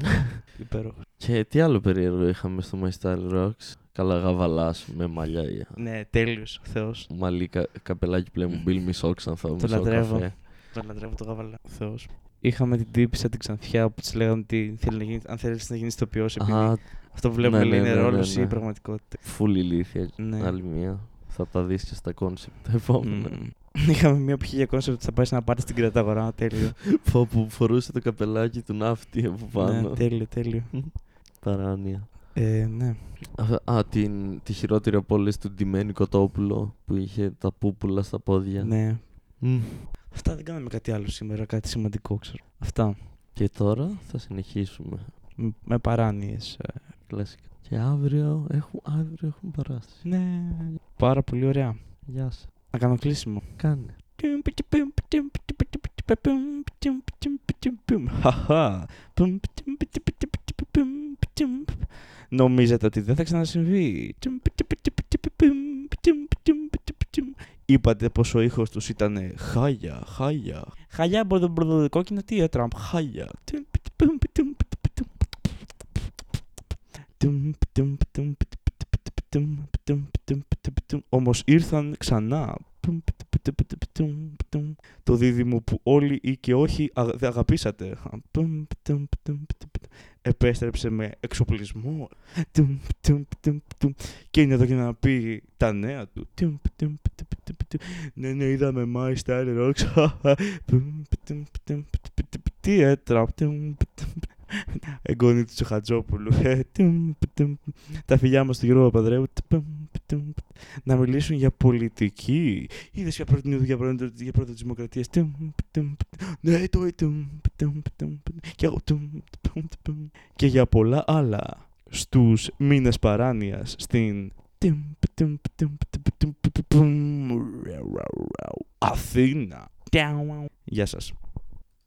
S2: Υπέροχος.
S1: Και τι άλλο περίεργο είχαμε στο My Style Rocks. Καλά γαβαλά με μαλλιά. για-
S2: Ναι, τέλειος. Θεός.
S1: Μαλλί κα, καπελάκι Playmobil, μισό ξανθό, μισό
S2: λατρεύω.
S1: καφέ.
S2: Τον λατρεύω το γαβαλά. Θεός. Είχαμε την τύπησα την ξανθιά που της λέγανε ότι θέλει να γίνει, αν θέλεις να γίνεις ηθοποιός.
S1: Α,
S2: Επειδή αυτό που βλέπουμε
S1: ναι,
S2: λέει
S1: ναι,
S2: είναι
S1: ναι, ναι,
S2: ρόλος
S1: ναι.
S2: ή πραγματικότητα.
S1: φουλ ηλίθεια.
S2: Ναι.
S1: Άλλη μία. Θα τα δεις και στα κόνσεπτ τα επόμενα.
S2: Μμμ. (laughs) Είχαμε μία που είχε για κόνσεπτ ότι θα πάει σε ένα πάρτι στην Κραταγορά. Τέλειο.
S1: Πω που φορούσε το καπελάκι του ναύτη από πάνω.
S2: Ναι, τέλειο, τέλειο.
S1: Παράνοια.
S2: Ε, ναι.
S1: Α, α, την, τη χειρότερη από όλες του Ντιμένη Κοτόπουλο που είχε τα πούπουλα στα πόδια.
S2: ναι.
S1: Μμ.
S2: Αυτά δεν κάναμε κάτι άλλο σήμερα, κάτι σημαντικό ξέρω. Αυτά.
S1: Και τώρα θα συνεχίσουμε.
S2: Μ- Με παράνοιες.
S1: Κλασικά. Και αύριο έχουμε, αύριο έχουμε παράσταση.
S2: Ναι. Πάρα πολύ ωραία.
S1: Γεια σας.
S2: Να κάνω κλείσιμο.
S1: Κάνε.
S2: Χαχα. Νομίζετε ότι δεν θα ξανασυμβεί. Είπατε πως ο ήχος τους ήταν χάλια, χάλια. Χαλιά μπροδο κόκκινα τι ε, έτραμπ, χάλια. Όμως ήρθαν ξανά. Το δίδυμο που όλοι ή και όχι α- δε αγαπήσατε. Επέστρεψε με εξοπλισμό. Και είναι εδώ για να πει τα νέα του. Ναι, ναι, είδαμε My Style Rocks. Τι έτρα. Εγγονή του Τσοχατζόπουλου. Ε, Τα φιλιά μας του Γιώργου Παπαδρέου. Να μιλήσουν για πολιτική. Είδες για πρώτη για πρώτη- για πρώτη της δημοκρατίας. Ναι, το Και εγώ. Και για πολλά άλλα. Στους μήνες παράνοιας. Στην Αθήνα. Γεια σας.